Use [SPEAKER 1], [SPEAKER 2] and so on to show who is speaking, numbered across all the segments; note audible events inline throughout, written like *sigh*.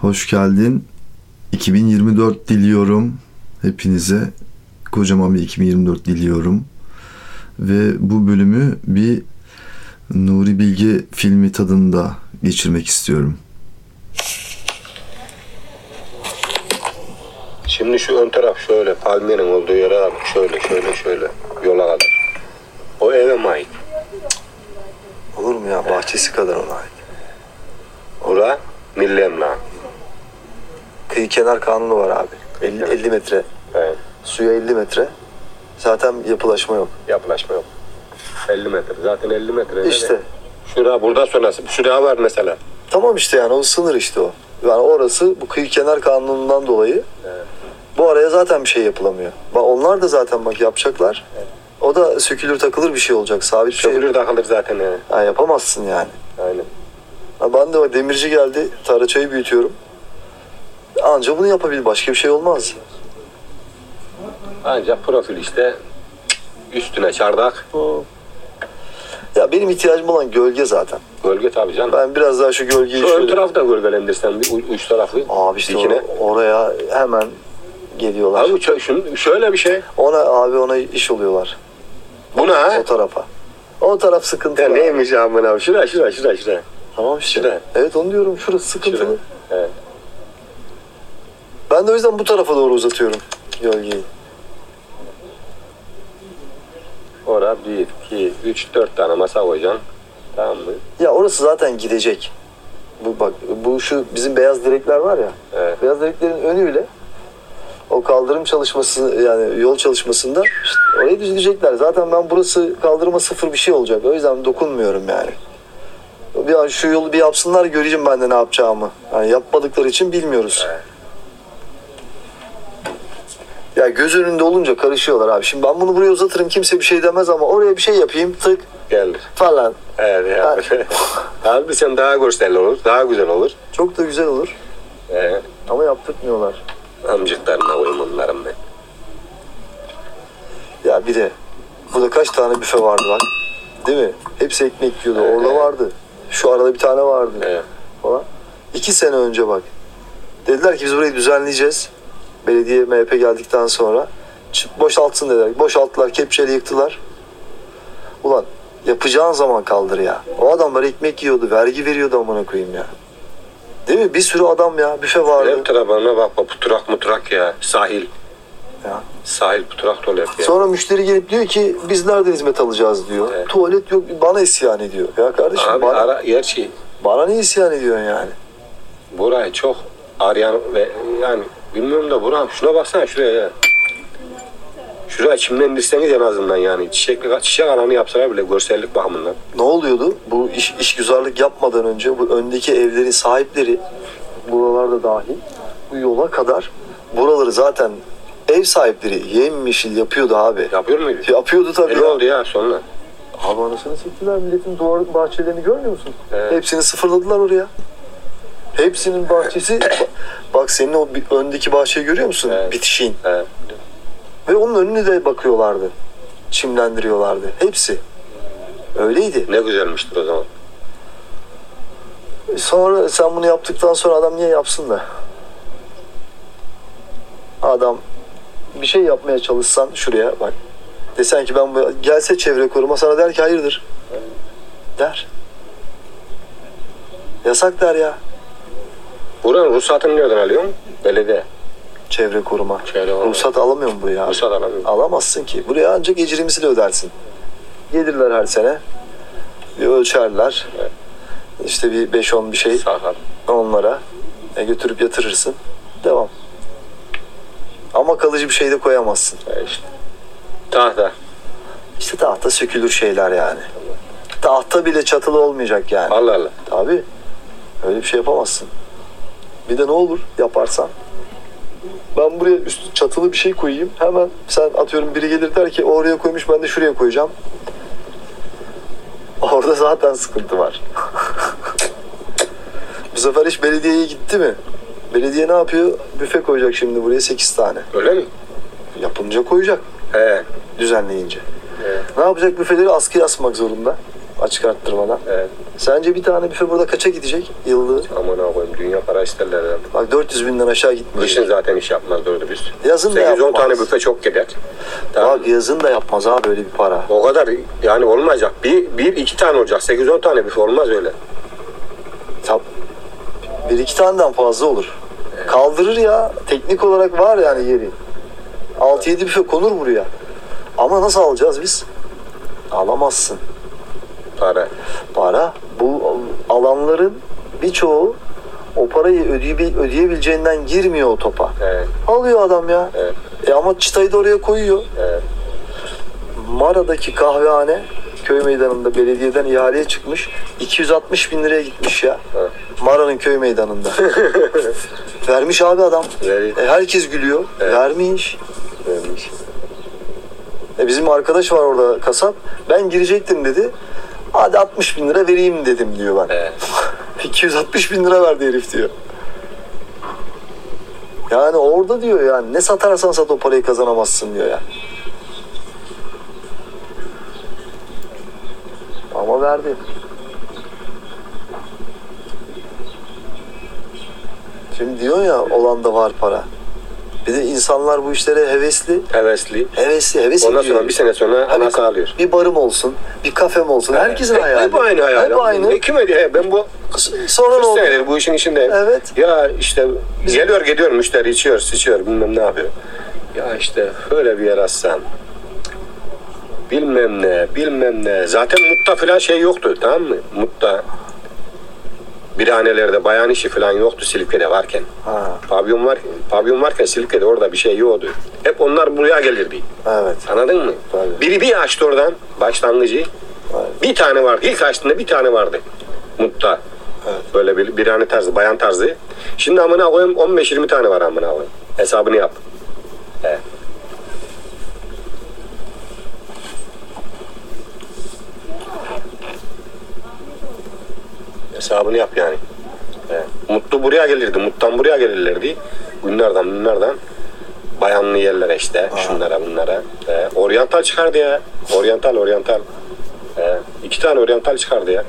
[SPEAKER 1] Hoş geldin. 2024 diliyorum hepinize. Kocaman bir 2024 diliyorum. Ve bu bölümü bir Nuri Bilge filmi tadında geçirmek istiyorum.
[SPEAKER 2] Şimdi şu ön taraf şöyle, palmiyenin olduğu yere bak. Şöyle, şöyle, şöyle. Yola kadar. O eve mi ait?
[SPEAKER 3] Olur mu ya? Bahçesi kadar ona ait.
[SPEAKER 2] Ora milli emlak.
[SPEAKER 3] Kıyı kenar kanunu var abi. 50, 50 metre.
[SPEAKER 2] Evet.
[SPEAKER 3] Suya 50 metre. Zaten yapılaşma yok.
[SPEAKER 2] Yapılaşma yok. 50 metre. Zaten 50 metre.
[SPEAKER 3] İşte.
[SPEAKER 2] Şura burada sonrası. Bir şura var mesela.
[SPEAKER 3] Tamam işte yani o sınır işte o. Yani orası bu kıyı kenar kanunundan dolayı bu araya zaten bir şey yapılamıyor. Bak onlar da zaten bak yapacaklar. O da sökülür takılır bir şey olacak. Sabit bir şey.
[SPEAKER 2] Köprü takılır zaten yani.
[SPEAKER 3] Ha, yapamazsın yani.
[SPEAKER 2] Aynen.
[SPEAKER 3] Ha, ben de bak demirci geldi. Taraçayı büyütüyorum. Anca bunu yapabilir. Başka bir şey olmaz.
[SPEAKER 2] Ancak profil işte üstüne çardak.
[SPEAKER 3] Ya benim ihtiyacım olan gölge zaten.
[SPEAKER 2] Gölge tabii canım.
[SPEAKER 3] Ben biraz daha şu gölgeyi
[SPEAKER 2] Şu ön
[SPEAKER 3] şöyle-
[SPEAKER 2] tarafı da gölgelendirsen bir u- uç tarafı.
[SPEAKER 3] Abi işte
[SPEAKER 2] dikine.
[SPEAKER 3] or- oraya hemen geliyorlar.
[SPEAKER 2] Abi çö- şun- şöyle bir şey.
[SPEAKER 3] Ona abi ona iş oluyorlar.
[SPEAKER 2] Buna ha.
[SPEAKER 3] O tarafa. O taraf sıkıntı.
[SPEAKER 2] Ya
[SPEAKER 3] var.
[SPEAKER 2] neymiş amına? Şura şura şura şura.
[SPEAKER 3] Tamam işte.
[SPEAKER 2] Şuraya.
[SPEAKER 3] Evet onu diyorum. Şurası sıkıntılı.
[SPEAKER 2] Şura. Evet.
[SPEAKER 3] Ben de o yüzden bu tarafa doğru uzatıyorum gölgeyi.
[SPEAKER 2] Ora 1, 2, 3, 4 tane masa koyacaksın. Tamam mı?
[SPEAKER 3] Ya orası zaten gidecek. Bu bak bu şu bizim beyaz direkler var ya.
[SPEAKER 2] Evet.
[SPEAKER 3] Beyaz direklerin önüyle o kaldırım çalışması yani yol çalışmasında şşt, orayı düzleyecekler. Zaten ben burası kaldırıma sıfır bir şey olacak. O yüzden dokunmuyorum yani. Bir an şu yolu bir yapsınlar göreceğim ben de ne yapacağımı. Yani yapmadıkları için bilmiyoruz. Ya göz önünde olunca karışıyorlar abi. Şimdi ben bunu buraya uzatırım kimse bir şey demez ama oraya bir şey yapayım tık
[SPEAKER 2] Gelir.
[SPEAKER 3] falan.
[SPEAKER 2] Evet. ya. *laughs* Halbuki sen daha görsel olur, daha güzel olur.
[SPEAKER 3] Çok da güzel olur
[SPEAKER 2] Ee,
[SPEAKER 3] ama yaptırtmıyorlar.
[SPEAKER 2] amcıklarına koyayım onların ben.
[SPEAKER 3] Ya bir de burada kaç tane büfe vardı bak. Değil mi? Hepsi ekmek yiyordu.
[SPEAKER 2] Evet,
[SPEAKER 3] Orada
[SPEAKER 2] evet.
[SPEAKER 3] vardı. Şu arada bir tane vardı.
[SPEAKER 2] Evet.
[SPEAKER 3] Falan. İki sene önce bak. Dediler ki biz burayı düzenleyeceğiz. Belediye MHP geldikten sonra. Çık boşaltsın dediler. Boşalttılar. Kepçeyle yıktılar. Ulan yapacağın zaman kaldır ya. O adamlar ekmek yiyordu. Vergi veriyordu amına koyayım ya. Değil mi? Bir sürü adam ya. Büfe vardı.
[SPEAKER 2] Ev tarafına bak bak puturak muturak ya. Sahil.
[SPEAKER 3] Ya.
[SPEAKER 2] Sahil puturak dolu hep ya.
[SPEAKER 3] Sonra müşteri gelip diyor ki biz nerede hizmet alacağız diyor.
[SPEAKER 2] Evet.
[SPEAKER 3] Tuvalet yok bana isyan ediyor. Ya kardeşim
[SPEAKER 2] Abi
[SPEAKER 3] bana,
[SPEAKER 2] ara gerçi
[SPEAKER 3] bana ne isyan ediyorsun yani?
[SPEAKER 2] burayı çok arayan ve yani bilmiyorum da buram şuna baksana şuraya ya. Şuraya çimlendirseniz en azından yani çiçekli çiçek alanı yapsalar bile görsellik bakımından.
[SPEAKER 3] Ne oluyordu? Bu iş, işgüzarlık yapmadan önce bu öndeki evlerin sahipleri buralarda dahil bu yola kadar buraları zaten ev sahipleri yemyeşil yapıyordu abi.
[SPEAKER 2] Yapıyor muydu?
[SPEAKER 3] Yapıyordu tabii.
[SPEAKER 2] E ne
[SPEAKER 3] ya.
[SPEAKER 2] oldu ya sonra?
[SPEAKER 3] Abi anasını siktiler milletin duvar bahçelerini görmüyor musun?
[SPEAKER 2] Evet.
[SPEAKER 3] Hepsini sıfırladılar oraya.
[SPEAKER 2] *coughs*
[SPEAKER 3] Hepsinin bahçesi Ba- bak senin o bi- öndeki bahçeyi görüyor musun?
[SPEAKER 2] Evet.
[SPEAKER 3] Bitişiğin.
[SPEAKER 2] He.
[SPEAKER 3] Ve onun önüne de bakıyorlardı. Çimlendiriyorlardı. Hepsi. Öyleydi.
[SPEAKER 2] Ne güzelmiştir o zaman.
[SPEAKER 3] Sonra sen bunu yaptıktan sonra adam niye yapsın da? Adam bir şey yapmaya çalışsan şuraya bak. Desen ki ben bu gelse çevre koruma sana der ki hayırdır. Der. Yasak der ya
[SPEAKER 2] Buranın ruhsatını nereden alıyorsun? Belediye.
[SPEAKER 3] çevre koruma.
[SPEAKER 2] Çevre koruma.
[SPEAKER 3] Ruhsat alamıyor mu buraya? abi?
[SPEAKER 2] Ruhsat alamıyorum.
[SPEAKER 3] Alamazsın ki. Buraya ancak ecrimsiyle ödersin. Gelirler her sene. Bir ölçerler.
[SPEAKER 2] Evet.
[SPEAKER 3] İşte bir 5-10 bir şey.
[SPEAKER 2] Sakal.
[SPEAKER 3] onlara e, götürüp yatırırsın. Devam. Ama kalıcı bir şey de koyamazsın.
[SPEAKER 2] E işte. Tahta.
[SPEAKER 3] İşte tahta sökülür şeyler yani. Tahta bile çatılı olmayacak yani.
[SPEAKER 2] Allah Allah.
[SPEAKER 3] Tabii. Öyle bir şey yapamazsın. Bir de ne olur yaparsan. Ben buraya üst çatılı bir şey koyayım. Hemen sen atıyorum biri gelir der ki oraya koymuş ben de şuraya koyacağım. *laughs* Orada zaten sıkıntı var. *laughs* Bu sefer iş belediyeye gitti mi? Belediye ne yapıyor? Büfe koyacak şimdi buraya 8 tane.
[SPEAKER 2] Öyle mi?
[SPEAKER 3] Yapınca koyacak
[SPEAKER 2] He.
[SPEAKER 3] düzenleyince. Ne yapacak büfeleri askıya asmak zorunda. açık arttırmadan.
[SPEAKER 2] Evet.
[SPEAKER 3] Sence bir tane büfe burada kaça gidecek yıllığı?
[SPEAKER 2] Aman ha koyayım dünya para isterler herhalde.
[SPEAKER 3] Bak 400 binden aşağı gitmiyor.
[SPEAKER 2] Kışın zaten iş yapmaz doğru dürüst.
[SPEAKER 3] Yazın da
[SPEAKER 2] 8-10
[SPEAKER 3] yapmaz.
[SPEAKER 2] tane büfe çok gider. Tamam.
[SPEAKER 3] Bak yazın da yapmaz abi böyle bir para.
[SPEAKER 2] O kadar yani olmayacak. Bir, bir iki tane olacak. 8-10 tane büfe olmaz öyle.
[SPEAKER 3] Tab bir iki taneden fazla olur. Kaldırır ya. Teknik olarak var yani yeri. 6-7 büfe konur buraya. Ama nasıl alacağız biz? Alamazsın.
[SPEAKER 2] Para.
[SPEAKER 3] Para bu alanların birçoğu o parayı ödeye- ödeyebileceğinden girmiyor o topa.
[SPEAKER 2] Evet.
[SPEAKER 3] Alıyor adam ya.
[SPEAKER 2] Evet.
[SPEAKER 3] E ama çıtayı da oraya koyuyor.
[SPEAKER 2] Evet.
[SPEAKER 3] Mara'daki kahvehane köy meydanında belediyeden ihaleye çıkmış. 260 bin liraya gitmiş ya.
[SPEAKER 2] Evet.
[SPEAKER 3] Mara'nın
[SPEAKER 2] *laughs*
[SPEAKER 3] köy meydanında. Vermiş abi adam.
[SPEAKER 2] Vermiş.
[SPEAKER 3] E, herkes gülüyor.
[SPEAKER 2] Evet.
[SPEAKER 3] Vermiş.
[SPEAKER 2] Vermiş.
[SPEAKER 3] E, bizim arkadaş var orada kasap. Ben girecektim dedi. Hadi 60 bin lira vereyim dedim diyor ben. *laughs*
[SPEAKER 2] Evet.
[SPEAKER 3] 260 bin lira verdi herif diyor. Yani orada diyor yani ne satarsan sat o parayı kazanamazsın diyor ya. Ama verdi. Şimdi diyor ya olanda var para. Bir de insanlar bu işlere hevesli.
[SPEAKER 2] Hevesli.
[SPEAKER 3] Hevesli, hevesli
[SPEAKER 2] Ondan
[SPEAKER 3] diyor.
[SPEAKER 2] sonra bir sene sonra
[SPEAKER 3] Hani
[SPEAKER 2] anası alıyor.
[SPEAKER 3] Bir barım olsun, bir kafem olsun. Herkesin
[SPEAKER 2] Hep-
[SPEAKER 3] hayali.
[SPEAKER 2] Hep aynı hayal.
[SPEAKER 3] Hep aynı.
[SPEAKER 2] E, kim ediyor? He, Ben bu
[SPEAKER 3] Sonra ne
[SPEAKER 2] 40
[SPEAKER 3] oldu?
[SPEAKER 2] senedir bu işin içindeyim.
[SPEAKER 3] Evet.
[SPEAKER 2] Ya işte geliyor gidiyor müşteri içiyor sıçıyor bilmem ne yapıyor. Ya işte böyle bir yer açsan. Bilmem ne bilmem ne. Zaten mutta falan şey yoktu tamam mı? Mutta birhanelerde bayan işi falan yoktu Silifke'de varken.
[SPEAKER 3] Ha,
[SPEAKER 2] Pavyon var, pavyon varken Silifke'de orada bir şey yoktu. Hep onlar buraya gelirdi.
[SPEAKER 3] evet.
[SPEAKER 2] Anladın mı?
[SPEAKER 3] Tabii.
[SPEAKER 2] Biri bir açtı oradan başlangıcı. Bir tane vardı. İlk açtığında bir tane vardı. Mutta. Böyle bir birhane tarzı, bayan tarzı. Şimdi amına koyayım 15-20 tane var amına koyayım. Hesabını yap. He. Hesabını yap yani. He. Mutlu buraya gelirdi. Muttan buraya gelirlerdi. Bunlardan bunlardan. Bayanlı yerlere işte. Şunlara bunlara. He. Oryantal çıkardı ya. Oryantal, oryantal. He. İki tane oryantal çıkardı ya.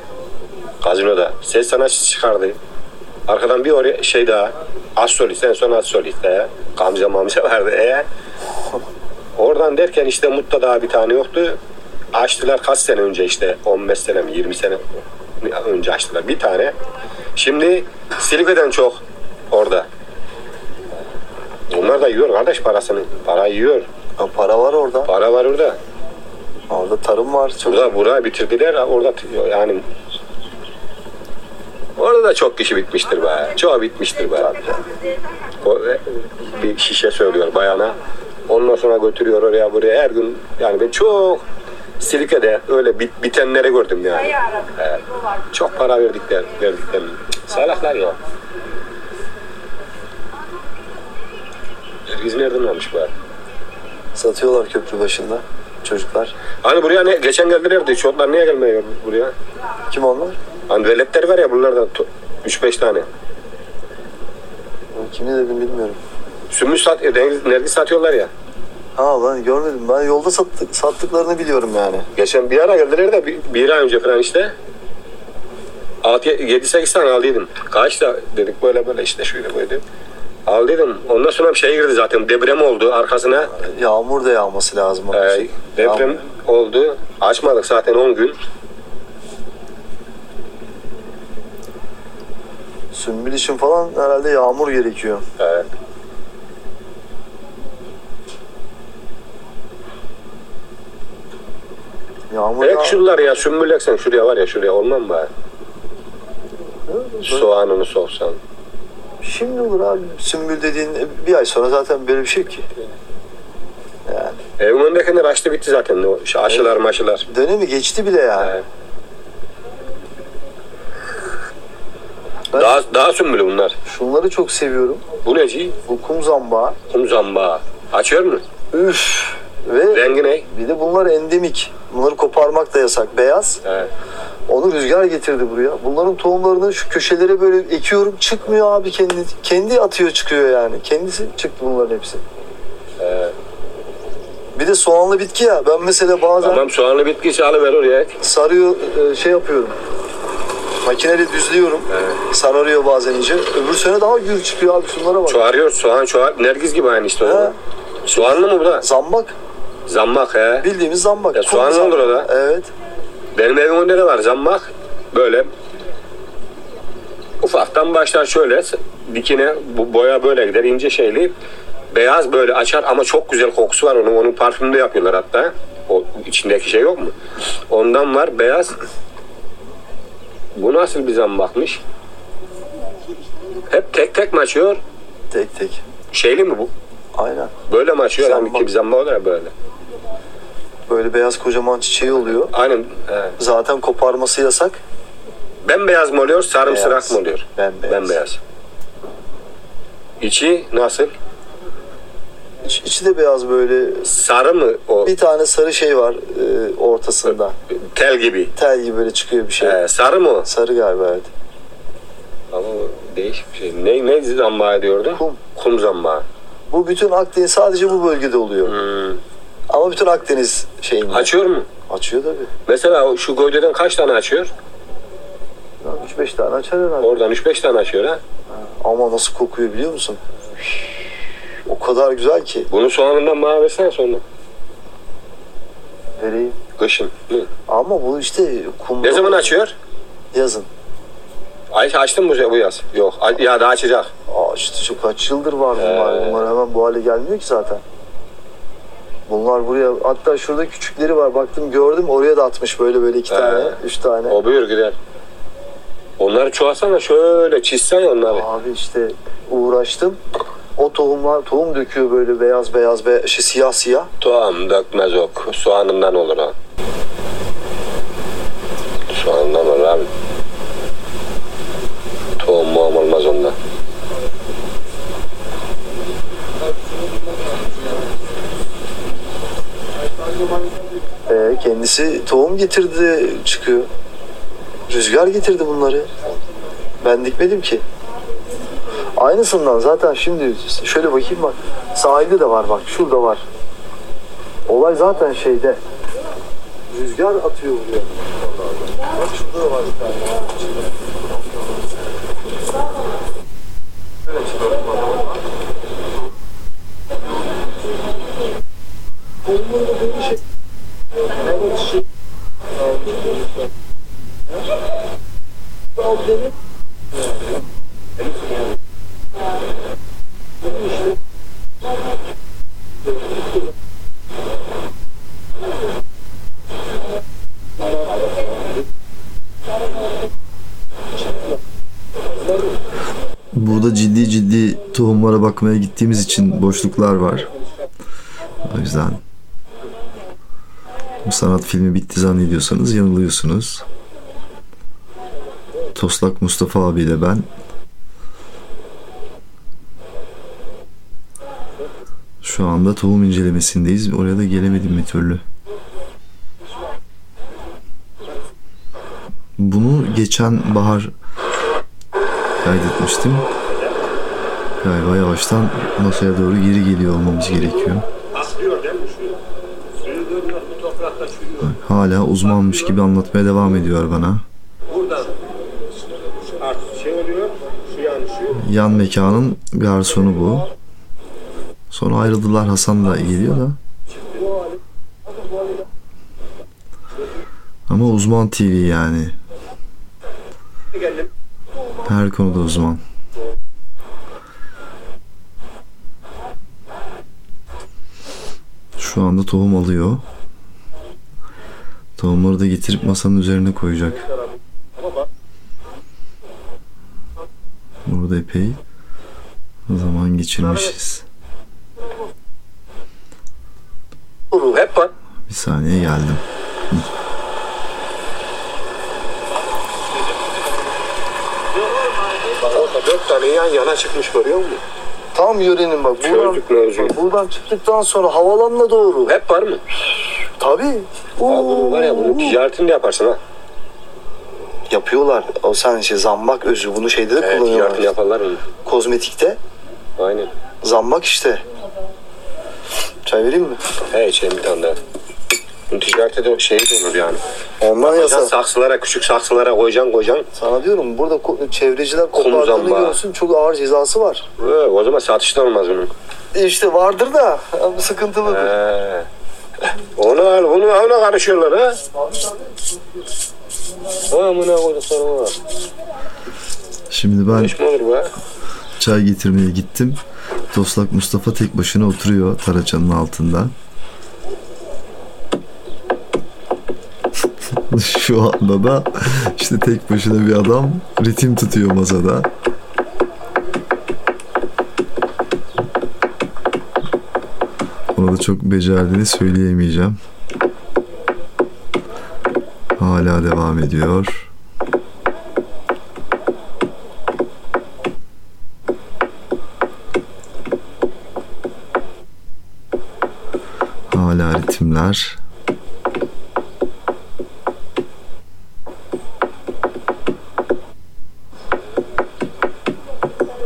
[SPEAKER 2] Gazinoda. Ses sanatçısı çıkardı. Arkadan bir oraya şey daha. Az solist, en son az solist. He. Gamze mamze vardı. He. Oradan derken işte Mut'ta daha bir tane yoktu. Açtılar kaç sene önce işte 15 sene mi 20 sene önce açtılar bir tane. Şimdi Silifke'den çok orada. Bunlar da yiyor kardeş parasını. Para yiyor.
[SPEAKER 3] Ha, para var orada.
[SPEAKER 2] Para var orada.
[SPEAKER 3] Orada tarım var. Çok...
[SPEAKER 2] Burada burayı bitirdiler orada t- yani Orada da çok kişi bitmiştir be. Çoğu bitmiştir be. O, e, bir şişe söylüyor bayana. Ondan sonra götürüyor oraya buraya her gün. Yani ben çok Silike'de öyle bit, bitenleri gördüm yani. E, çok para verdikler, verdikler. Cık, Salaklar ya. Herkes nereden almış bari?
[SPEAKER 3] Satıyorlar köprü başında çocuklar.
[SPEAKER 2] Hani buraya ne, geçen geldilerdi. Çocuklar niye gelmiyor buraya?
[SPEAKER 3] Kim onlar?
[SPEAKER 2] Hani veletler var ya bunlardan 3-5 tane.
[SPEAKER 3] Kimi dedim bilmiyorum.
[SPEAKER 2] Sümüş sat, e, nergis- nergis satıyorlar ya.
[SPEAKER 3] Ha ben görmedim. Ben yolda sattık, sattıklarını biliyorum yani.
[SPEAKER 2] Geçen bir ara geldiler de bir, bir ay önce falan işte. 7-8 tane aldıydım. Kaç da dedik böyle böyle işte şöyle böyle. Aldıydım. Ondan sonra bir şey girdi zaten. Deprem oldu arkasına.
[SPEAKER 3] Yağmur da yağması lazım. onun
[SPEAKER 2] Ee,
[SPEAKER 3] için.
[SPEAKER 2] deprem
[SPEAKER 3] Yağmur.
[SPEAKER 2] oldu. Açmadık zaten 10 gün.
[SPEAKER 3] Sümbül için falan herhalde yağmur gerekiyor.
[SPEAKER 2] Ee,
[SPEAKER 3] Yağmur
[SPEAKER 2] Ek
[SPEAKER 3] yağ-
[SPEAKER 2] şunlar ya sümbüleksen şuraya var ya şuraya olmam bari. Soğanını soksan.
[SPEAKER 3] Şimdi olur abi. Sümbül dediğin e, bir ay sonra zaten böyle bir şey ki.
[SPEAKER 2] Evin önündekiler açtı bitti zaten. O Aşılar maşılar.
[SPEAKER 3] Dönemi geçti bile yani.
[SPEAKER 2] Evet. Daha, daha sümbülü bunlar.
[SPEAKER 3] Şunları çok seviyorum.
[SPEAKER 2] Bu neci?
[SPEAKER 3] Bu kum zambağı.
[SPEAKER 2] Kum zambağı. Açıyor mu?
[SPEAKER 3] Üf. Ve
[SPEAKER 2] Rengi ne?
[SPEAKER 3] bir de bunlar endemik. Bunları koparmak da yasak. Beyaz.
[SPEAKER 2] Evet.
[SPEAKER 3] Onu rüzgar getirdi buraya. Bunların tohumlarını şu köşelere böyle ekiyorum. Çıkmıyor abi kendi. Kendi atıyor çıkıyor yani. Kendisi çıktı bunların hepsi.
[SPEAKER 2] Evet.
[SPEAKER 3] Bir Bir de soğanlı bitki ya. Ben mesela bazen
[SPEAKER 2] Tamam soğanlı bitkisi alıver oraya et.
[SPEAKER 3] sarıyor e, şey yapıyorum. Makineyle düzlüyorum. Sararıyor bazen iyice. Öbür sene daha gür çıkıyor abi şunlara bak.
[SPEAKER 2] Çoğarıyor soğan çoğar. Nergis gibi aynı işte o zaman.
[SPEAKER 3] He.
[SPEAKER 2] Soğanlı mı bu da?
[SPEAKER 3] Zambak.
[SPEAKER 2] Zammak he.
[SPEAKER 3] Bildiğimiz zambak.
[SPEAKER 2] Ya
[SPEAKER 3] Kuru
[SPEAKER 2] soğanlı
[SPEAKER 3] zambak.
[SPEAKER 2] olur o da.
[SPEAKER 3] Evet.
[SPEAKER 2] Benim evim önünde ne var? Zammak. Böyle ufaktan başlar şöyle dikine bu boya böyle gider ince şeyli beyaz böyle açar ama çok güzel kokusu var onun onun parfümünü de yapıyorlar hatta o içindeki şey yok mu ondan var beyaz bu nasıl bir zambakmış hep tek tek mi açıyor
[SPEAKER 3] Tek tek.
[SPEAKER 2] şeyli mi bu
[SPEAKER 3] Aynen.
[SPEAKER 2] böyle mi açıyor hani
[SPEAKER 3] Zambak.
[SPEAKER 2] ki bir zambak olur ya böyle
[SPEAKER 3] Böyle beyaz kocaman çiçeği oluyor.
[SPEAKER 2] aynen he.
[SPEAKER 3] Zaten koparması yasak.
[SPEAKER 2] bembeyaz mı oluyor sarımsırak
[SPEAKER 3] Beyaz.
[SPEAKER 2] mı oluyor
[SPEAKER 3] Bembeyaz.
[SPEAKER 2] bembeyaz içi nasıl
[SPEAKER 3] İç, içi de beyaz böyle.
[SPEAKER 2] sarı mı o
[SPEAKER 3] Bir tane sarı şey var e, ortasında.
[SPEAKER 2] tel gibi?
[SPEAKER 3] Tel gibi böyle çıkıyor bir şey.
[SPEAKER 2] Ee, sarı mı? o?
[SPEAKER 3] Sarı galiba evet.
[SPEAKER 2] Ama o değişik bir şey. Ne, ne zambağı diyordu?
[SPEAKER 3] Kum.
[SPEAKER 2] Kum zambağı.
[SPEAKER 3] Bu bütün Akdeniz sadece bu bölgede oluyor.
[SPEAKER 2] Hmm.
[SPEAKER 3] Ama bütün Akdeniz şeyinde.
[SPEAKER 2] Açıyor mu?
[SPEAKER 3] Açıyor tabii.
[SPEAKER 2] Mesela o şu gövdeden kaç tane açıyor?
[SPEAKER 3] 3-5 tane açar herhalde.
[SPEAKER 2] Oradan 3-5 tane açıyor ha.
[SPEAKER 3] Ama nasıl kokuyor biliyor musun? O kadar güzel ki.
[SPEAKER 2] Bunu soğanından bana versene sonra.
[SPEAKER 3] Vereyim.
[SPEAKER 2] Kışın. Hı.
[SPEAKER 3] Ama bu işte kumda.
[SPEAKER 2] Ne zaman açıyor?
[SPEAKER 3] Yazın.
[SPEAKER 2] Ay, açtın mı bu bu yaz? Yok. a- Ya daha açacak.
[SPEAKER 3] Aa işte çok kaç yıldır var bunlar.
[SPEAKER 2] Ee.
[SPEAKER 3] Bunlar hemen bu hale gelmiyor ki zaten. Bunlar buraya hatta şurada küçükleri var baktım gördüm oraya da atmış böyle böyle iki
[SPEAKER 2] Ee.
[SPEAKER 3] tane üç tane.
[SPEAKER 2] O büyür gider. Onları çoğalsana şöyle çizsen onları.
[SPEAKER 3] Abi işte uğraştım. O tohumlar tohum döküyor böyle beyaz beyaz be şey, siyah siyah.
[SPEAKER 2] Tohum dökmez ok. Soğanından olur o. Soğanından olur abi. Tohum muam olmaz onda.
[SPEAKER 3] Ee, kendisi tohum getirdi çıkıyor. Rüzgar getirdi bunları. Ben dikmedim ki. Aynısından zaten şimdi şöyle bakayım bak. Sahilde de var bak. Şurada var. Olay zaten şeyde. Rüzgar atıyor buraya. Bak şurada da var bir tane. Şöyle çıkalım bakalım. Tohumun da böyle şey-
[SPEAKER 1] Burada ciddi ciddi tohumlara bakmaya gittiğimiz için boşluklar var. O yüzden bu sanat filmi bitti zannediyorsanız yanılıyorsunuz. Toslak Mustafa abiyle ben şu anda tohum incelemesindeyiz. Oraya da gelemedim bir türlü. Bunu geçen bahar kaydetmiştim. Galiba yavaştan masaya doğru geri geliyor olmamız gerekiyor.
[SPEAKER 4] Aslıyor değil mi suyu? Suyu görüyor, bu toprakta çürüyor.
[SPEAKER 1] Hala uzmanmış gibi anlatmaya devam ediyor bana.
[SPEAKER 4] Buradan artık şey oluyor, su yani su.
[SPEAKER 1] Yan mekanın garsonu bu. Sonra ayrıldılar Hasan da geliyor da. Ama uzman TV yani.
[SPEAKER 4] Geldim.
[SPEAKER 1] Her konuda uzman. Şu anda tohum alıyor. Tohumları da getirip masanın üzerine koyacak. Burada epey zaman geçirmişiz.
[SPEAKER 2] Hep var.
[SPEAKER 1] Bir saniye geldim.
[SPEAKER 2] Bak orada dört tane yan yana çıkmış görüyor musun?
[SPEAKER 3] Tam yörenin bak. Buradan,
[SPEAKER 2] Çözdük mevzuyu.
[SPEAKER 3] buradan çıktıktan sonra havalanına doğru.
[SPEAKER 2] Hep var mı?
[SPEAKER 3] Tabii.
[SPEAKER 2] Aa, bunu var ya bunu ticaretini de yaparsın ha.
[SPEAKER 3] Yapıyorlar. O sen şey zambak özü bunu şeyde de
[SPEAKER 2] Evet, ticaretini
[SPEAKER 3] kullanıyorlar.
[SPEAKER 2] yaparlar onu.
[SPEAKER 3] Kozmetikte
[SPEAKER 2] Aynen.
[SPEAKER 3] zambak işte. Çay vereyim mi?
[SPEAKER 2] He içelim bir tane daha. Bunun ticarette de şey de olur yani.
[SPEAKER 3] Ondan
[SPEAKER 2] Koyacaksın
[SPEAKER 3] yasa.
[SPEAKER 2] saksılara, küçük saksılara koyacaksın koyacaksın.
[SPEAKER 3] Sana diyorum burada ko- çevreciler
[SPEAKER 2] Kum
[SPEAKER 3] kopardığını
[SPEAKER 2] zambağı.
[SPEAKER 3] görsün çok ağır cezası var.
[SPEAKER 2] Ee, o zaman satışta olmaz bunun.
[SPEAKER 3] E İşte vardır da sıkıntılıdır.
[SPEAKER 2] Ee, onu al, bunu ona karışıyorlar ha. Amına koyduk sorun var.
[SPEAKER 1] Şimdi ben
[SPEAKER 2] Hiç mi olur bu ha?
[SPEAKER 1] çay getirmeye gittim. Dostlak Mustafa tek başına oturuyor taraçanın altında. *laughs* Şu anda da işte tek başına bir adam ritim tutuyor masada. Ona da çok becerdiğini söyleyemeyeceğim. Hala devam ediyor. Hala ritimler.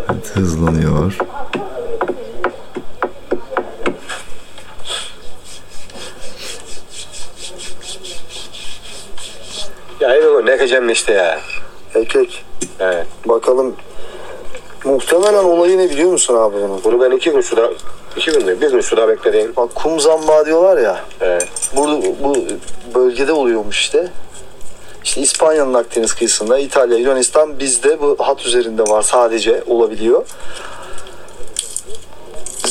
[SPEAKER 1] Evet, hızlanıyor.
[SPEAKER 2] Ya elimi ne kecem işte ya.
[SPEAKER 3] Erkek.
[SPEAKER 2] He.
[SPEAKER 3] Bakalım. Muhtemelen olayı ne biliyor musun abi bunun?
[SPEAKER 2] Bunu ben iki gün suda, iki gün mü, bir gün suda bekledim.
[SPEAKER 3] Bak kum zambağı diyorlar ya.
[SPEAKER 2] He.
[SPEAKER 3] Burada bu bölgede oluyormuş işte. İşte İspanya'nın Akdeniz kıyısında, İtalya, Yunanistan bizde bu hat üzerinde var sadece olabiliyor.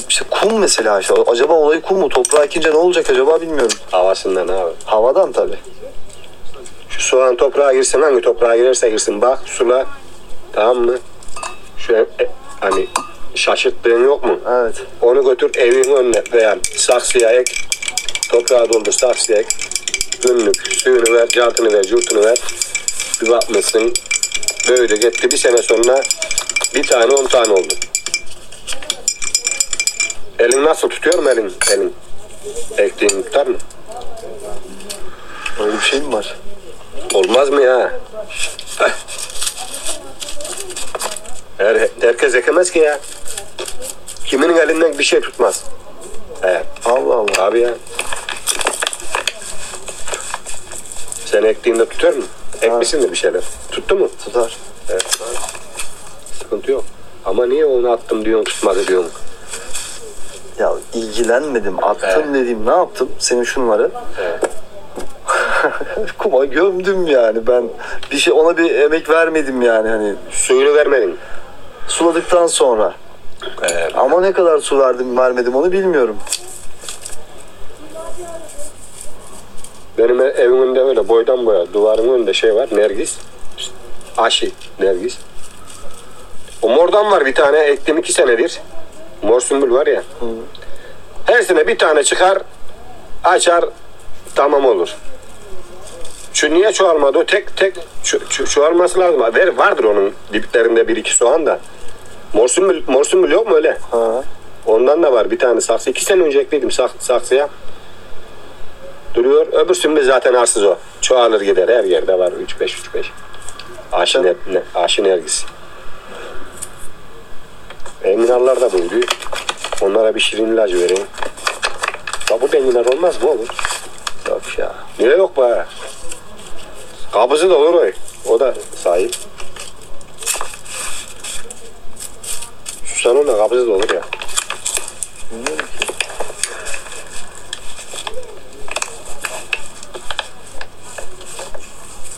[SPEAKER 3] İşte kum mesela işte. Acaba olayı kum mu? Toprağa ikince ne olacak acaba bilmiyorum.
[SPEAKER 2] Havasından abi.
[SPEAKER 3] Havadan tabii.
[SPEAKER 2] Şu soğan toprağa girsin hangi toprağa girerse girsin bak sula tamam mı? Şu e, hani şaşırttığın yok mu?
[SPEAKER 3] Evet.
[SPEAKER 2] Onu götür evin önüne veya saksıya ek. Toprağa doldur saksıya ek. Günlük suyunu ver, cartını ver, curtunu ver. Bir bakmışsın böyle gitti bir sene sonra bir tane on tane oldu. Elin nasıl tutuyor mu elin? Elin. Ektiğin tutar mı?
[SPEAKER 3] Öyle bir şey mi var?
[SPEAKER 2] Olmaz mı ya? *laughs* Her, herkes ekemez ki ya. Kiminin elinden bir şey tutmaz. He,
[SPEAKER 3] Allah Allah.
[SPEAKER 2] abi ya. Sen ektiğinde tutar mı? Ekmişsin de bir şeyler. Tuttu mu?
[SPEAKER 3] Tutar.
[SPEAKER 2] Sıkıntı yok. Ama niye onu attım diyorsun tutmadı diyorsun.
[SPEAKER 3] Ya ilgilenmedim. Attım
[SPEAKER 2] Evet.
[SPEAKER 3] dediğim ne yaptım? Senin şunları. *laughs* Kuma gömdüm yani ben. Bir şey ona bir emek vermedim yani hani.
[SPEAKER 2] Suyunu vermedin. Ee,
[SPEAKER 3] Suladıktan sonra.
[SPEAKER 2] He,
[SPEAKER 3] Ama ne kadar su verdim vermedim onu bilmiyorum.
[SPEAKER 2] benim evimin önünde öyle boydan boya duvarın önünde şey var. Nergis. Aşi. Nergis. O mordan var bir tane ektim iki senedir. Mor sümbül var ya. Her sene bir tane çıkar, açar, tamam olur. Şu niye çoğalmadı? O tek tek ço- ço- çoğalması lazım. Ver, vardır onun diplerinde bir iki soğan da. Mor sümbül, mor sümbül yok mu öyle?
[SPEAKER 3] Ha.
[SPEAKER 2] Ondan da var bir tane saksı. İki sene önce ekledim sak- saksıya. Duruyor. Öbür sümbül zaten arsız o. Çoğalır gider. Her yerde var. 3-5, 3-5. Aşın, er- ne, aşın ergisi. Enginarlar da buydu. Onlara bir şirin ilaç vereyim. Ya bu enginar olmaz mı olur?
[SPEAKER 3] Yok ya.
[SPEAKER 2] Niye yok be? Kabızı da olur o. O da sahip. Susanın da kabızı da olur ya.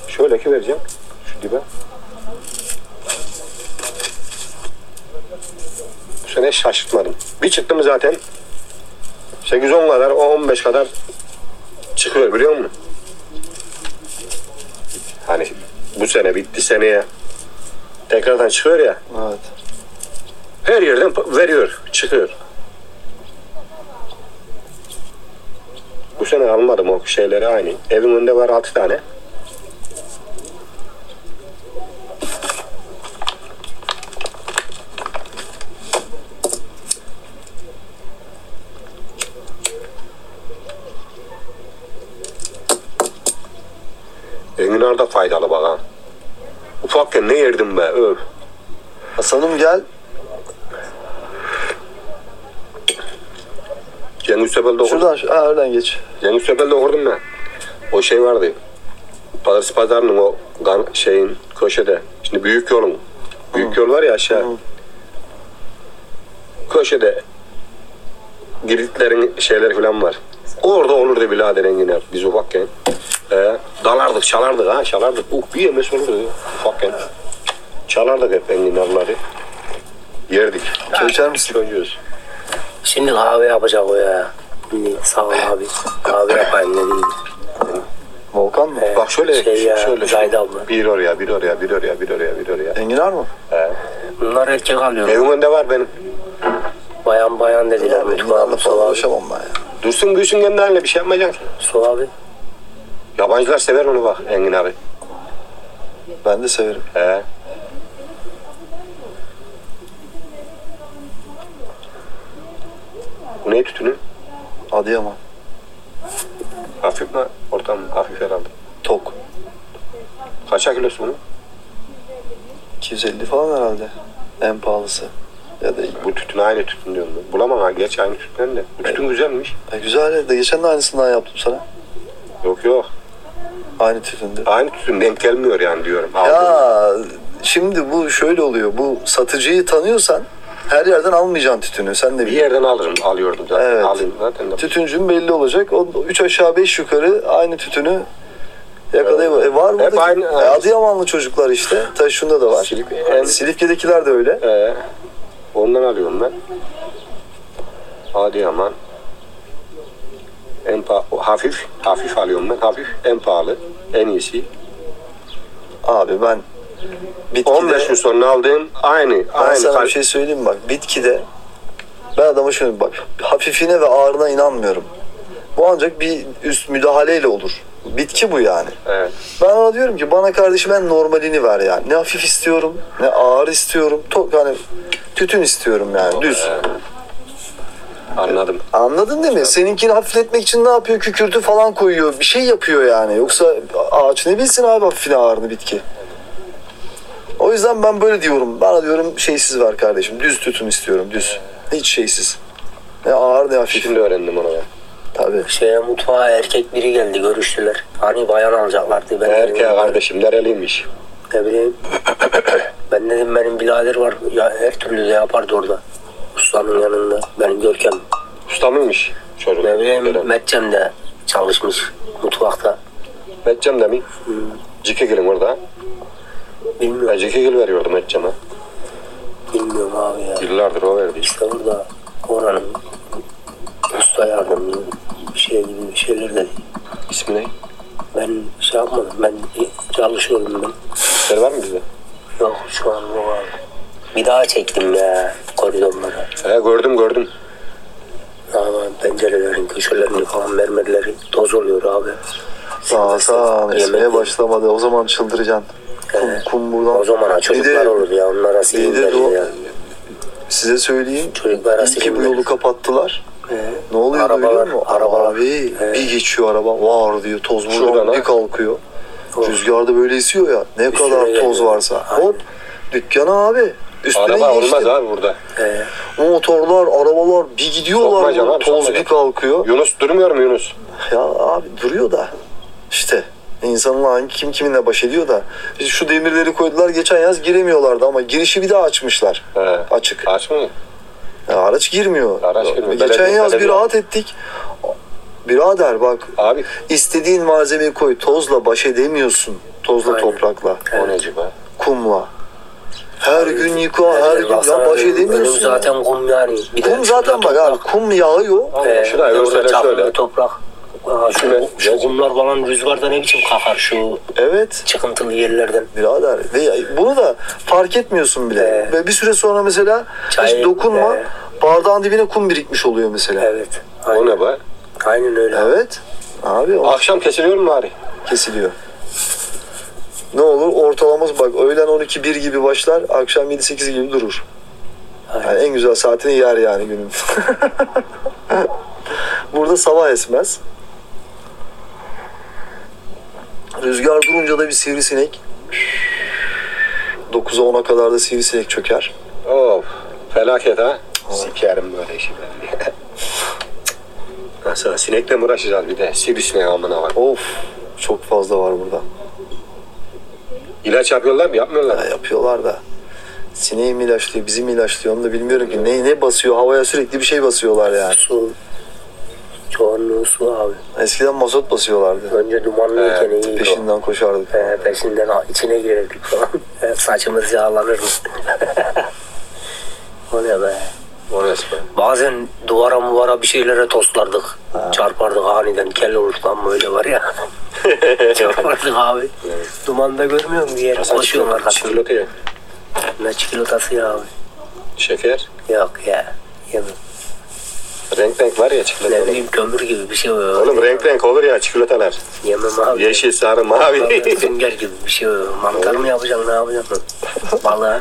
[SPEAKER 2] Şöyle ki vereceğim. Şu dibe. Bu sene şaşırtmadım. Bir çıktım zaten. 8-10 kadar, 15 kadar çıkıyor biliyor musun? Hani bu sene bitti seneye tekrardan çıkıyor ya.
[SPEAKER 3] Evet.
[SPEAKER 2] Her yerden pa- veriyor, çıkıyor. Bu sene almadım o şeyleri aynı. Evin önünde var altı tane. Enginar da faydalı bak ha. Ufakken ne yerdim be öv.
[SPEAKER 3] Hasan'ım gel.
[SPEAKER 2] Cengiz Tepel'de okudum.
[SPEAKER 3] Şuradan, şu- ha, oradan geç.
[SPEAKER 2] Cengiz Tepel'de okurdum ben. O şey vardı. Pazartesi pazarının o gan, şeyin köşede. Şimdi büyük yolun. Büyük yol var ya aşağı. Köşede giritlerin şeyler falan var. Orada olurdu birader Enginer biz ufakken. Ee, dalardık, çalardık ha, çalardık. Uh, bir yemes olurdu ufakken. Çalardık hep Enginarları. Yerdik.
[SPEAKER 3] Çay içer misin?
[SPEAKER 2] Çocuğuz.
[SPEAKER 5] Şimdi kahve yapacak o ya. Şimdi sağ ol abi. Kahve yapayım dedim.
[SPEAKER 3] Volkan mı?
[SPEAKER 2] Bak şöyle,
[SPEAKER 5] Şey ya,
[SPEAKER 2] şöyle.
[SPEAKER 5] Zahide abla.
[SPEAKER 2] Bir oraya, bir oraya, bir oraya, bir oraya, bir oraya.
[SPEAKER 3] Enginar mı?
[SPEAKER 5] Bunlar erkek alıyor.
[SPEAKER 2] Evin önünde var benim.
[SPEAKER 5] Bayan bayan dediler.
[SPEAKER 3] Ya ben
[SPEAKER 5] Bütün abi
[SPEAKER 3] Enginar'la
[SPEAKER 5] sol
[SPEAKER 3] falan
[SPEAKER 5] abi.
[SPEAKER 3] uğraşamam ben ya.
[SPEAKER 2] Dursun büyüsün kendi haline bir şey yapmayacaksın.
[SPEAKER 5] Sol abi.
[SPEAKER 2] Yabancılar sever onu bak Engin abi.
[SPEAKER 3] Ben de severim.
[SPEAKER 2] He. Bu ne tütünü?
[SPEAKER 3] Adıyaman.
[SPEAKER 2] Hafif mi? Ortam hafif herhalde.
[SPEAKER 3] Tok.
[SPEAKER 2] Kaça kilosu bunun?
[SPEAKER 3] 250 falan herhalde. En pahalısı. Ya da
[SPEAKER 2] Bu tütün aynı tütün diyorum ben. Bulamam ha geç aynı tütünden de. Bu tütün güzelmiş.
[SPEAKER 3] E, güzel ya. De geçen de aynısından yaptım sana.
[SPEAKER 2] Yok yok.
[SPEAKER 3] Aynı tipinde.
[SPEAKER 2] Aynı tütün denk gelmiyor yani diyorum. Aldım.
[SPEAKER 3] Ya şimdi bu şöyle oluyor. Bu satıcıyı tanıyorsan her yerden almayacaksın tütünü. Sen de
[SPEAKER 2] Bir
[SPEAKER 3] biliyorsun.
[SPEAKER 2] yerden alırım. Alıyordum zaten.
[SPEAKER 3] Evet.
[SPEAKER 2] Alayım zaten de.
[SPEAKER 3] Tütüncün belli olacak. O 3 aşağı 5 yukarı aynı tütünü yakalayabilir. E, var burada.
[SPEAKER 2] aynı-
[SPEAKER 3] E, Adıyamanlı çocuklar işte. Taşşun'da da var.
[SPEAKER 2] Silip- en-
[SPEAKER 3] Silifke'dekiler de öyle.
[SPEAKER 2] Ee, ondan alıyorum ben. Adıyaman. En pa- hafif, hafif alıyorum ben. Hafif, en pahalı, en iyisi.
[SPEAKER 3] Abi ben bitkide...
[SPEAKER 2] 15 gün sonra aldığım aynı,
[SPEAKER 3] Ben
[SPEAKER 2] aynı.
[SPEAKER 3] sana
[SPEAKER 2] kal-
[SPEAKER 3] bir şey söyleyeyim mi? bak. Bitkide ben adama şunu bak. Hafifine ve ağırına inanmıyorum. Bu ancak bir üst müdahaleyle olur. Bitki bu yani.
[SPEAKER 2] Evet.
[SPEAKER 3] Ben ona diyorum ki bana kardeşim en normalini ver yani. Ne hafif istiyorum, ne ağır istiyorum. Tok hani tütün istiyorum yani düz.
[SPEAKER 2] Anladım.
[SPEAKER 3] Anladın değil mi? Seninkini hafifletmek için ne yapıyor? Kükürtü falan koyuyor. Bir şey yapıyor yani. Yoksa ağaç ne bilsin abi hafifini ağırını bitki. O yüzden ben böyle diyorum. Bana diyorum şeysiz ver kardeşim. Düz tütün istiyorum düz. Hiç şeysiz. Ne ağır ne hafif.
[SPEAKER 2] Şimdi öğrendim onu ben.
[SPEAKER 3] Tabii.
[SPEAKER 5] Şeye mutfağa erkek biri geldi görüştüler. Hani bayan alacaklardı.
[SPEAKER 3] Ee,
[SPEAKER 5] Ben
[SPEAKER 2] Erkeğe
[SPEAKER 5] dedim,
[SPEAKER 2] kardeşim nereliymiş?
[SPEAKER 5] Ne bileyim. ben dedim benim birader var. Ya her türlü de yapardı orada. Ustanın yanında. Benim Görkem.
[SPEAKER 2] Usta mıymış çocuk?
[SPEAKER 5] Ne bileyim
[SPEAKER 2] Gören.
[SPEAKER 5] Metcem de çalışmış mutfakta.
[SPEAKER 2] Metcem de mi? Cike gelin orada. Ben
[SPEAKER 5] Bilmiyorum.
[SPEAKER 2] cike gel veriyordum Metcem'e.
[SPEAKER 5] Bilmiyorum abi ya.
[SPEAKER 2] Yıllardır o verdi.
[SPEAKER 5] İşte orada oranın usta yardımcı bir şey gibi bir şeyler dedi.
[SPEAKER 2] İsmi ne?
[SPEAKER 5] Ben şey yapmadım. Ben çalışıyorum ben.
[SPEAKER 2] Sen var mı bizde?
[SPEAKER 5] Yok şu an yok abi. Bir daha çektim ya koridorlara.
[SPEAKER 2] He gördüm gördüm.
[SPEAKER 5] Ama pencerelerin köşelerini falan mermerleri toz oluyor abi.
[SPEAKER 3] Sağ sağ esmeye
[SPEAKER 5] Yemek-
[SPEAKER 3] başlamadı. O zaman çıldıracaksın. Kum,
[SPEAKER 5] Evet.
[SPEAKER 3] kum buradan.
[SPEAKER 5] Ee, O zaman ha, çocuklar
[SPEAKER 3] Bir de
[SPEAKER 5] olur ya onlara silindir
[SPEAKER 3] o-
[SPEAKER 5] ya.
[SPEAKER 3] Size söyleyeyim.
[SPEAKER 5] Çocuklara
[SPEAKER 3] İyi ki bu
[SPEAKER 5] silindir.
[SPEAKER 3] yolu kapattılar.
[SPEAKER 5] He.
[SPEAKER 3] Ne oluyor
[SPEAKER 5] Arabalar,
[SPEAKER 3] biliyor musun?
[SPEAKER 5] arabalar.
[SPEAKER 3] Abi
[SPEAKER 5] Evet.
[SPEAKER 3] bir geçiyor araba var diyor toz
[SPEAKER 2] Şuradan
[SPEAKER 3] buradan
[SPEAKER 2] ha.
[SPEAKER 3] bir kalkıyor.
[SPEAKER 5] Doğru.
[SPEAKER 3] Rüzgarda böyle esiyor ya ne
[SPEAKER 5] Üstüne
[SPEAKER 3] kadar
[SPEAKER 5] geliyor.
[SPEAKER 3] toz varsa
[SPEAKER 5] Aynen.
[SPEAKER 3] hop dükkana abi üstüne
[SPEAKER 2] Araba
[SPEAKER 3] geçti.
[SPEAKER 2] olmaz abi burada.
[SPEAKER 5] He.
[SPEAKER 3] Motorlar arabalar bir gidiyorlar
[SPEAKER 2] Sokma canım abi,
[SPEAKER 3] toz
[SPEAKER 2] sokma canım.
[SPEAKER 3] bir kalkıyor.
[SPEAKER 2] Yunus durmuyor mu Yunus?
[SPEAKER 3] Ya abi duruyor da işte insanın hangi kim kiminle baş ediyor da Biz şu demirleri koydular geçen yaz giremiyorlardı ama girişi bir daha açmışlar
[SPEAKER 2] He.
[SPEAKER 3] açık.
[SPEAKER 2] Aç mı?
[SPEAKER 3] Ya araç girmiyor.
[SPEAKER 2] Araç girmiyor.
[SPEAKER 3] Geçen
[SPEAKER 2] Belediye-
[SPEAKER 3] yaz bir
[SPEAKER 2] belediye-
[SPEAKER 3] rahat ettik. Birader bak
[SPEAKER 2] Abi
[SPEAKER 3] İstediğin malzemeyi koy. Tozla baş edemiyorsun. Tozla,
[SPEAKER 5] Aynen.
[SPEAKER 3] toprakla,
[SPEAKER 2] o ne acaba?
[SPEAKER 3] kumla. Her gün yıka, her
[SPEAKER 5] Yani
[SPEAKER 3] gün ya
[SPEAKER 5] baksana
[SPEAKER 3] baş
[SPEAKER 5] benim
[SPEAKER 3] edemiyorsun.
[SPEAKER 5] önüm zaten kum yani. Bir de
[SPEAKER 3] kum zaten
[SPEAKER 5] şurada
[SPEAKER 3] bak abi
[SPEAKER 5] toprak.
[SPEAKER 3] kum yağıyor.
[SPEAKER 2] Abi,
[SPEAKER 5] He,
[SPEAKER 2] şu da
[SPEAKER 5] bir de
[SPEAKER 2] görsele
[SPEAKER 5] orada çakıl,
[SPEAKER 2] şöyle.
[SPEAKER 5] Toprak. şey- Ha, şu,
[SPEAKER 2] Şöyle.
[SPEAKER 5] şu kumlar falan rüzgarda ne biçim kakar şu
[SPEAKER 3] Evet
[SPEAKER 5] çıkıntılı yerlerden.
[SPEAKER 3] birader. Ve ya- bunu da fark etmiyorsun bile.
[SPEAKER 5] Evet.
[SPEAKER 3] Ve bir süre sonra mesela hiç
[SPEAKER 5] Çay-
[SPEAKER 3] dokunma
[SPEAKER 5] Evet.
[SPEAKER 3] bardağın dibine kum birikmiş oluyor mesela. Evet.
[SPEAKER 5] Evet.
[SPEAKER 2] O
[SPEAKER 5] Aynen,
[SPEAKER 2] ne be?
[SPEAKER 5] aynen öyle.
[SPEAKER 3] Abi o
[SPEAKER 2] Akşam kesiliyor mu bari?
[SPEAKER 3] kesiliyor. Ne olur ortalaması bak öğlen 12-1 gibi başlar akşam 7-8 gibi durur.
[SPEAKER 5] Aynen.
[SPEAKER 3] Yani en güzel saatini yer yani günün. *laughs* Burada sabah esmez. Rüzgar durunca da bir sivrisinek. 9'a 10'a kadar da sivrisinek çöker.
[SPEAKER 2] *laughs* Of felaket ha. Sikerim böyle işi ben. Nasıl? Sinekle mi uğraşacağız bir de? Sivrisinek amına var.
[SPEAKER 3] Of çok fazla var burada.
[SPEAKER 2] İlaç yapıyorlar mı? Yapmıyorlar mı?
[SPEAKER 3] Ya yapıyorlar da. Sineği mi ilaçlıyor, bizi mi ilaçlıyor onu da bilmiyorum ki. Ne, ne basıyor? Havaya sürekli bir şey basıyorlar yani.
[SPEAKER 5] Su. Çoğunluğu su abi.
[SPEAKER 3] Eskiden mazot basıyorlardı.
[SPEAKER 5] Önce dumanlıyken
[SPEAKER 2] Evet,
[SPEAKER 5] iyiydi o.
[SPEAKER 3] Peşinden koşardık.
[SPEAKER 5] Ee, peşinden a- içine girerdik falan. *laughs* Ee, Saçımız yağlanırdı. *laughs* o ne be.
[SPEAKER 2] O resmen.
[SPEAKER 5] Bazen duvara muvara bir şeylere toslardık. Çarpardık aniden. Kelle olursan böyle
[SPEAKER 2] *laughs*
[SPEAKER 5] var ya. Çarpardık abi. Dumanda görmüyor musun? Diğer koşuyorsun arkasında.
[SPEAKER 2] Çikolata yok.
[SPEAKER 5] Ne çikolatası ya abi.
[SPEAKER 2] Şeker.
[SPEAKER 5] Yok ya. Yemin.
[SPEAKER 2] Renk renk var ya
[SPEAKER 5] Ne
[SPEAKER 2] çikolata.
[SPEAKER 5] bileyim kömür gibi bir şey var.
[SPEAKER 2] Oğlum renk renk olur ya çikolatalar.
[SPEAKER 5] Yemem abi.
[SPEAKER 2] Yeşil, sarı, mavi.
[SPEAKER 5] Abi,
[SPEAKER 2] *laughs*
[SPEAKER 5] Sünger gibi bir şey var. Mantar mı yapacaksın ne yapacaksın? Balığa.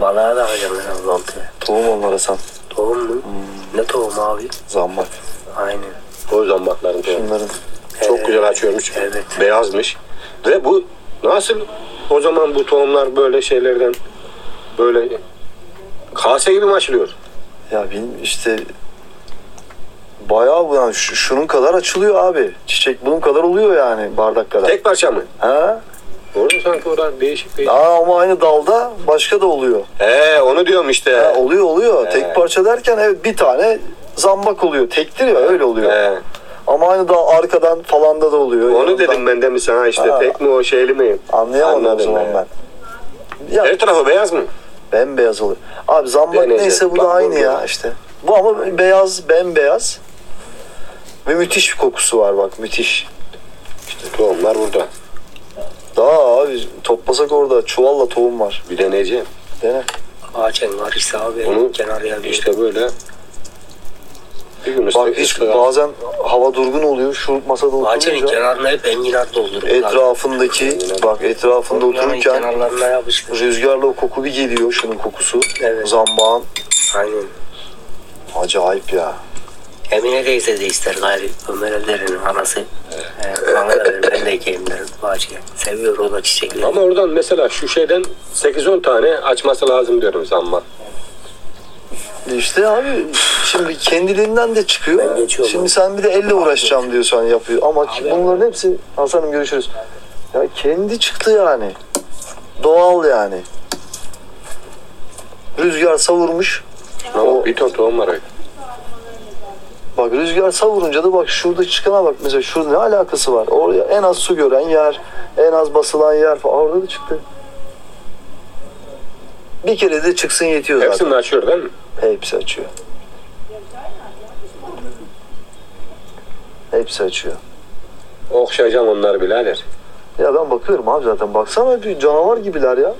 [SPEAKER 5] Balığa da yapacaksın herhalde oltaya.
[SPEAKER 3] Tohum onlara sen.
[SPEAKER 5] Tohum mu?
[SPEAKER 2] Hmm.
[SPEAKER 5] Ne tohum abi?
[SPEAKER 3] Zambak.
[SPEAKER 5] Aynen.
[SPEAKER 2] o zambakların. falan.
[SPEAKER 3] Bunların
[SPEAKER 2] Çok
[SPEAKER 3] Ee,
[SPEAKER 5] Evet.
[SPEAKER 2] güzel açıyormuş.
[SPEAKER 5] Evet.
[SPEAKER 2] Beyazmış. Ve bu nasıl o zaman bu tohumlar böyle şeylerden böyle kase gibi mi açılıyor?
[SPEAKER 3] ya benim işte bayağı bu yani şu- şunun kadar açılıyor abi. Çiçek bunun kadar oluyor yani bardak kadar.
[SPEAKER 2] Tek parça mı?
[SPEAKER 3] Ha?
[SPEAKER 2] Doğru mu sanki oradan değişik değişik.
[SPEAKER 3] Aa, ama aynı dalda başka da oluyor.
[SPEAKER 2] He onu diyorum işte.
[SPEAKER 3] Ha, oluyor oluyor.
[SPEAKER 2] He.
[SPEAKER 3] Tek parça derken evet bir tane zambak oluyor. Tektir ya öyle oluyor.
[SPEAKER 2] He.
[SPEAKER 3] Ama aynı dal arkadan falan da da oluyor.
[SPEAKER 2] Onu
[SPEAKER 3] yanından.
[SPEAKER 2] dedim ben de mi sana işte
[SPEAKER 3] Ha.
[SPEAKER 2] tek mi o şeyli mi?
[SPEAKER 3] Anlayamadım
[SPEAKER 2] Anladım
[SPEAKER 3] o zaman
[SPEAKER 2] he.
[SPEAKER 3] ben. Ya
[SPEAKER 2] Her tarafı beyaz mı?
[SPEAKER 3] bembeyaz oluyor. Abi zambak
[SPEAKER 2] Deneyeceğiz.
[SPEAKER 3] neyse bu da
[SPEAKER 2] Bak bu
[SPEAKER 3] aynı
[SPEAKER 2] bir-
[SPEAKER 3] ya işte. Bu ama beyaz, bembeyaz. Ve müthiş bir kokusu var bak müthiş.
[SPEAKER 2] İşte tohumlar burada.
[SPEAKER 3] Daha abi toplasak orada çuvalla tohum var.
[SPEAKER 2] Bir deneyeceğim.
[SPEAKER 3] Dene.
[SPEAKER 5] Ağaçın var işte abi.
[SPEAKER 2] Onu
[SPEAKER 5] kenarıya bir
[SPEAKER 2] işte böyle. Bir şey gün
[SPEAKER 3] Bak
[SPEAKER 2] üstü-
[SPEAKER 3] hiç
[SPEAKER 2] üstü-
[SPEAKER 3] bazen hava durgun oluyor. Şu masada
[SPEAKER 5] Ağaçın
[SPEAKER 3] oturunca
[SPEAKER 5] kenarına hep enginar doldurur.
[SPEAKER 3] etrafındaki bak etrafında
[SPEAKER 5] Bunların
[SPEAKER 3] otururken
[SPEAKER 5] kenarlarına yapıştır.
[SPEAKER 3] rüzgarla o koku bir geliyor şunun kokusu.
[SPEAKER 5] Evet.
[SPEAKER 3] Zambağın
[SPEAKER 5] Aynen.
[SPEAKER 3] acayip ya.
[SPEAKER 5] Emine teyze de ister gayri. Ömer Elder'in anası. Ee, bana da verin, ben de ekeyim derim bahçeye. Seviyor o da çiçekleri.
[SPEAKER 2] Ama oradan mesela şu şeyden 8-10 tane açması lazım diyorum zamma.
[SPEAKER 3] İşte abi şimdi kendiliğinden de
[SPEAKER 5] Ben
[SPEAKER 3] çıkıyor.
[SPEAKER 5] geçiyorum.
[SPEAKER 3] Şimdi sen bir de elle uğraşacağım diyorsan yapıyor. Ama ki bunların hepsi Hasan'ım görüşürüz. Ya kendi çıktı yani. Doğal yani. Rüzgar savurmuş.
[SPEAKER 2] Ama bir ton tohum var öyle.
[SPEAKER 3] Bak rüzgar savurunca da bak şurada çıkana bak mesela şurada ne alakası var? Oraya en az su gören yer, en az basılan yer falan orada da çıktı. Bir kere de çıksın yetiyor zaten.
[SPEAKER 2] Hepsini açıyor değil mi?
[SPEAKER 3] Hepsi açıyor. Hepsi açıyor.
[SPEAKER 2] Okşayacağım onları birader.
[SPEAKER 3] Ya ben bakıyorum abi zaten baksana bir canavar gibiler ya.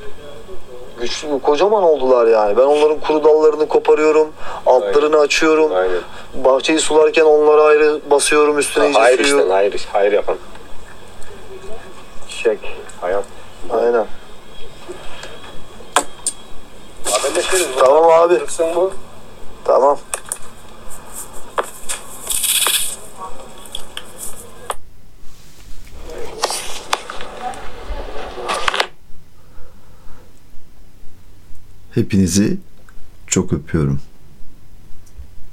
[SPEAKER 3] Güçlü, kocaman oldular yani. Ben onların kuru dallarını koparıyorum, altlarını açıyorum.
[SPEAKER 2] Aynen.
[SPEAKER 3] Bahçeyi sularken onlara ayrı basıyorum üstüne iyice
[SPEAKER 2] Hayır
[SPEAKER 3] suyu.
[SPEAKER 2] işte, hayır, hayır yapan. Çiçek, hayat.
[SPEAKER 3] Aynen.
[SPEAKER 2] Haberleşiriz.
[SPEAKER 3] Tamam abi,
[SPEAKER 2] Kırsın bu.
[SPEAKER 3] tamam.
[SPEAKER 1] Hepinizi çok öpüyorum.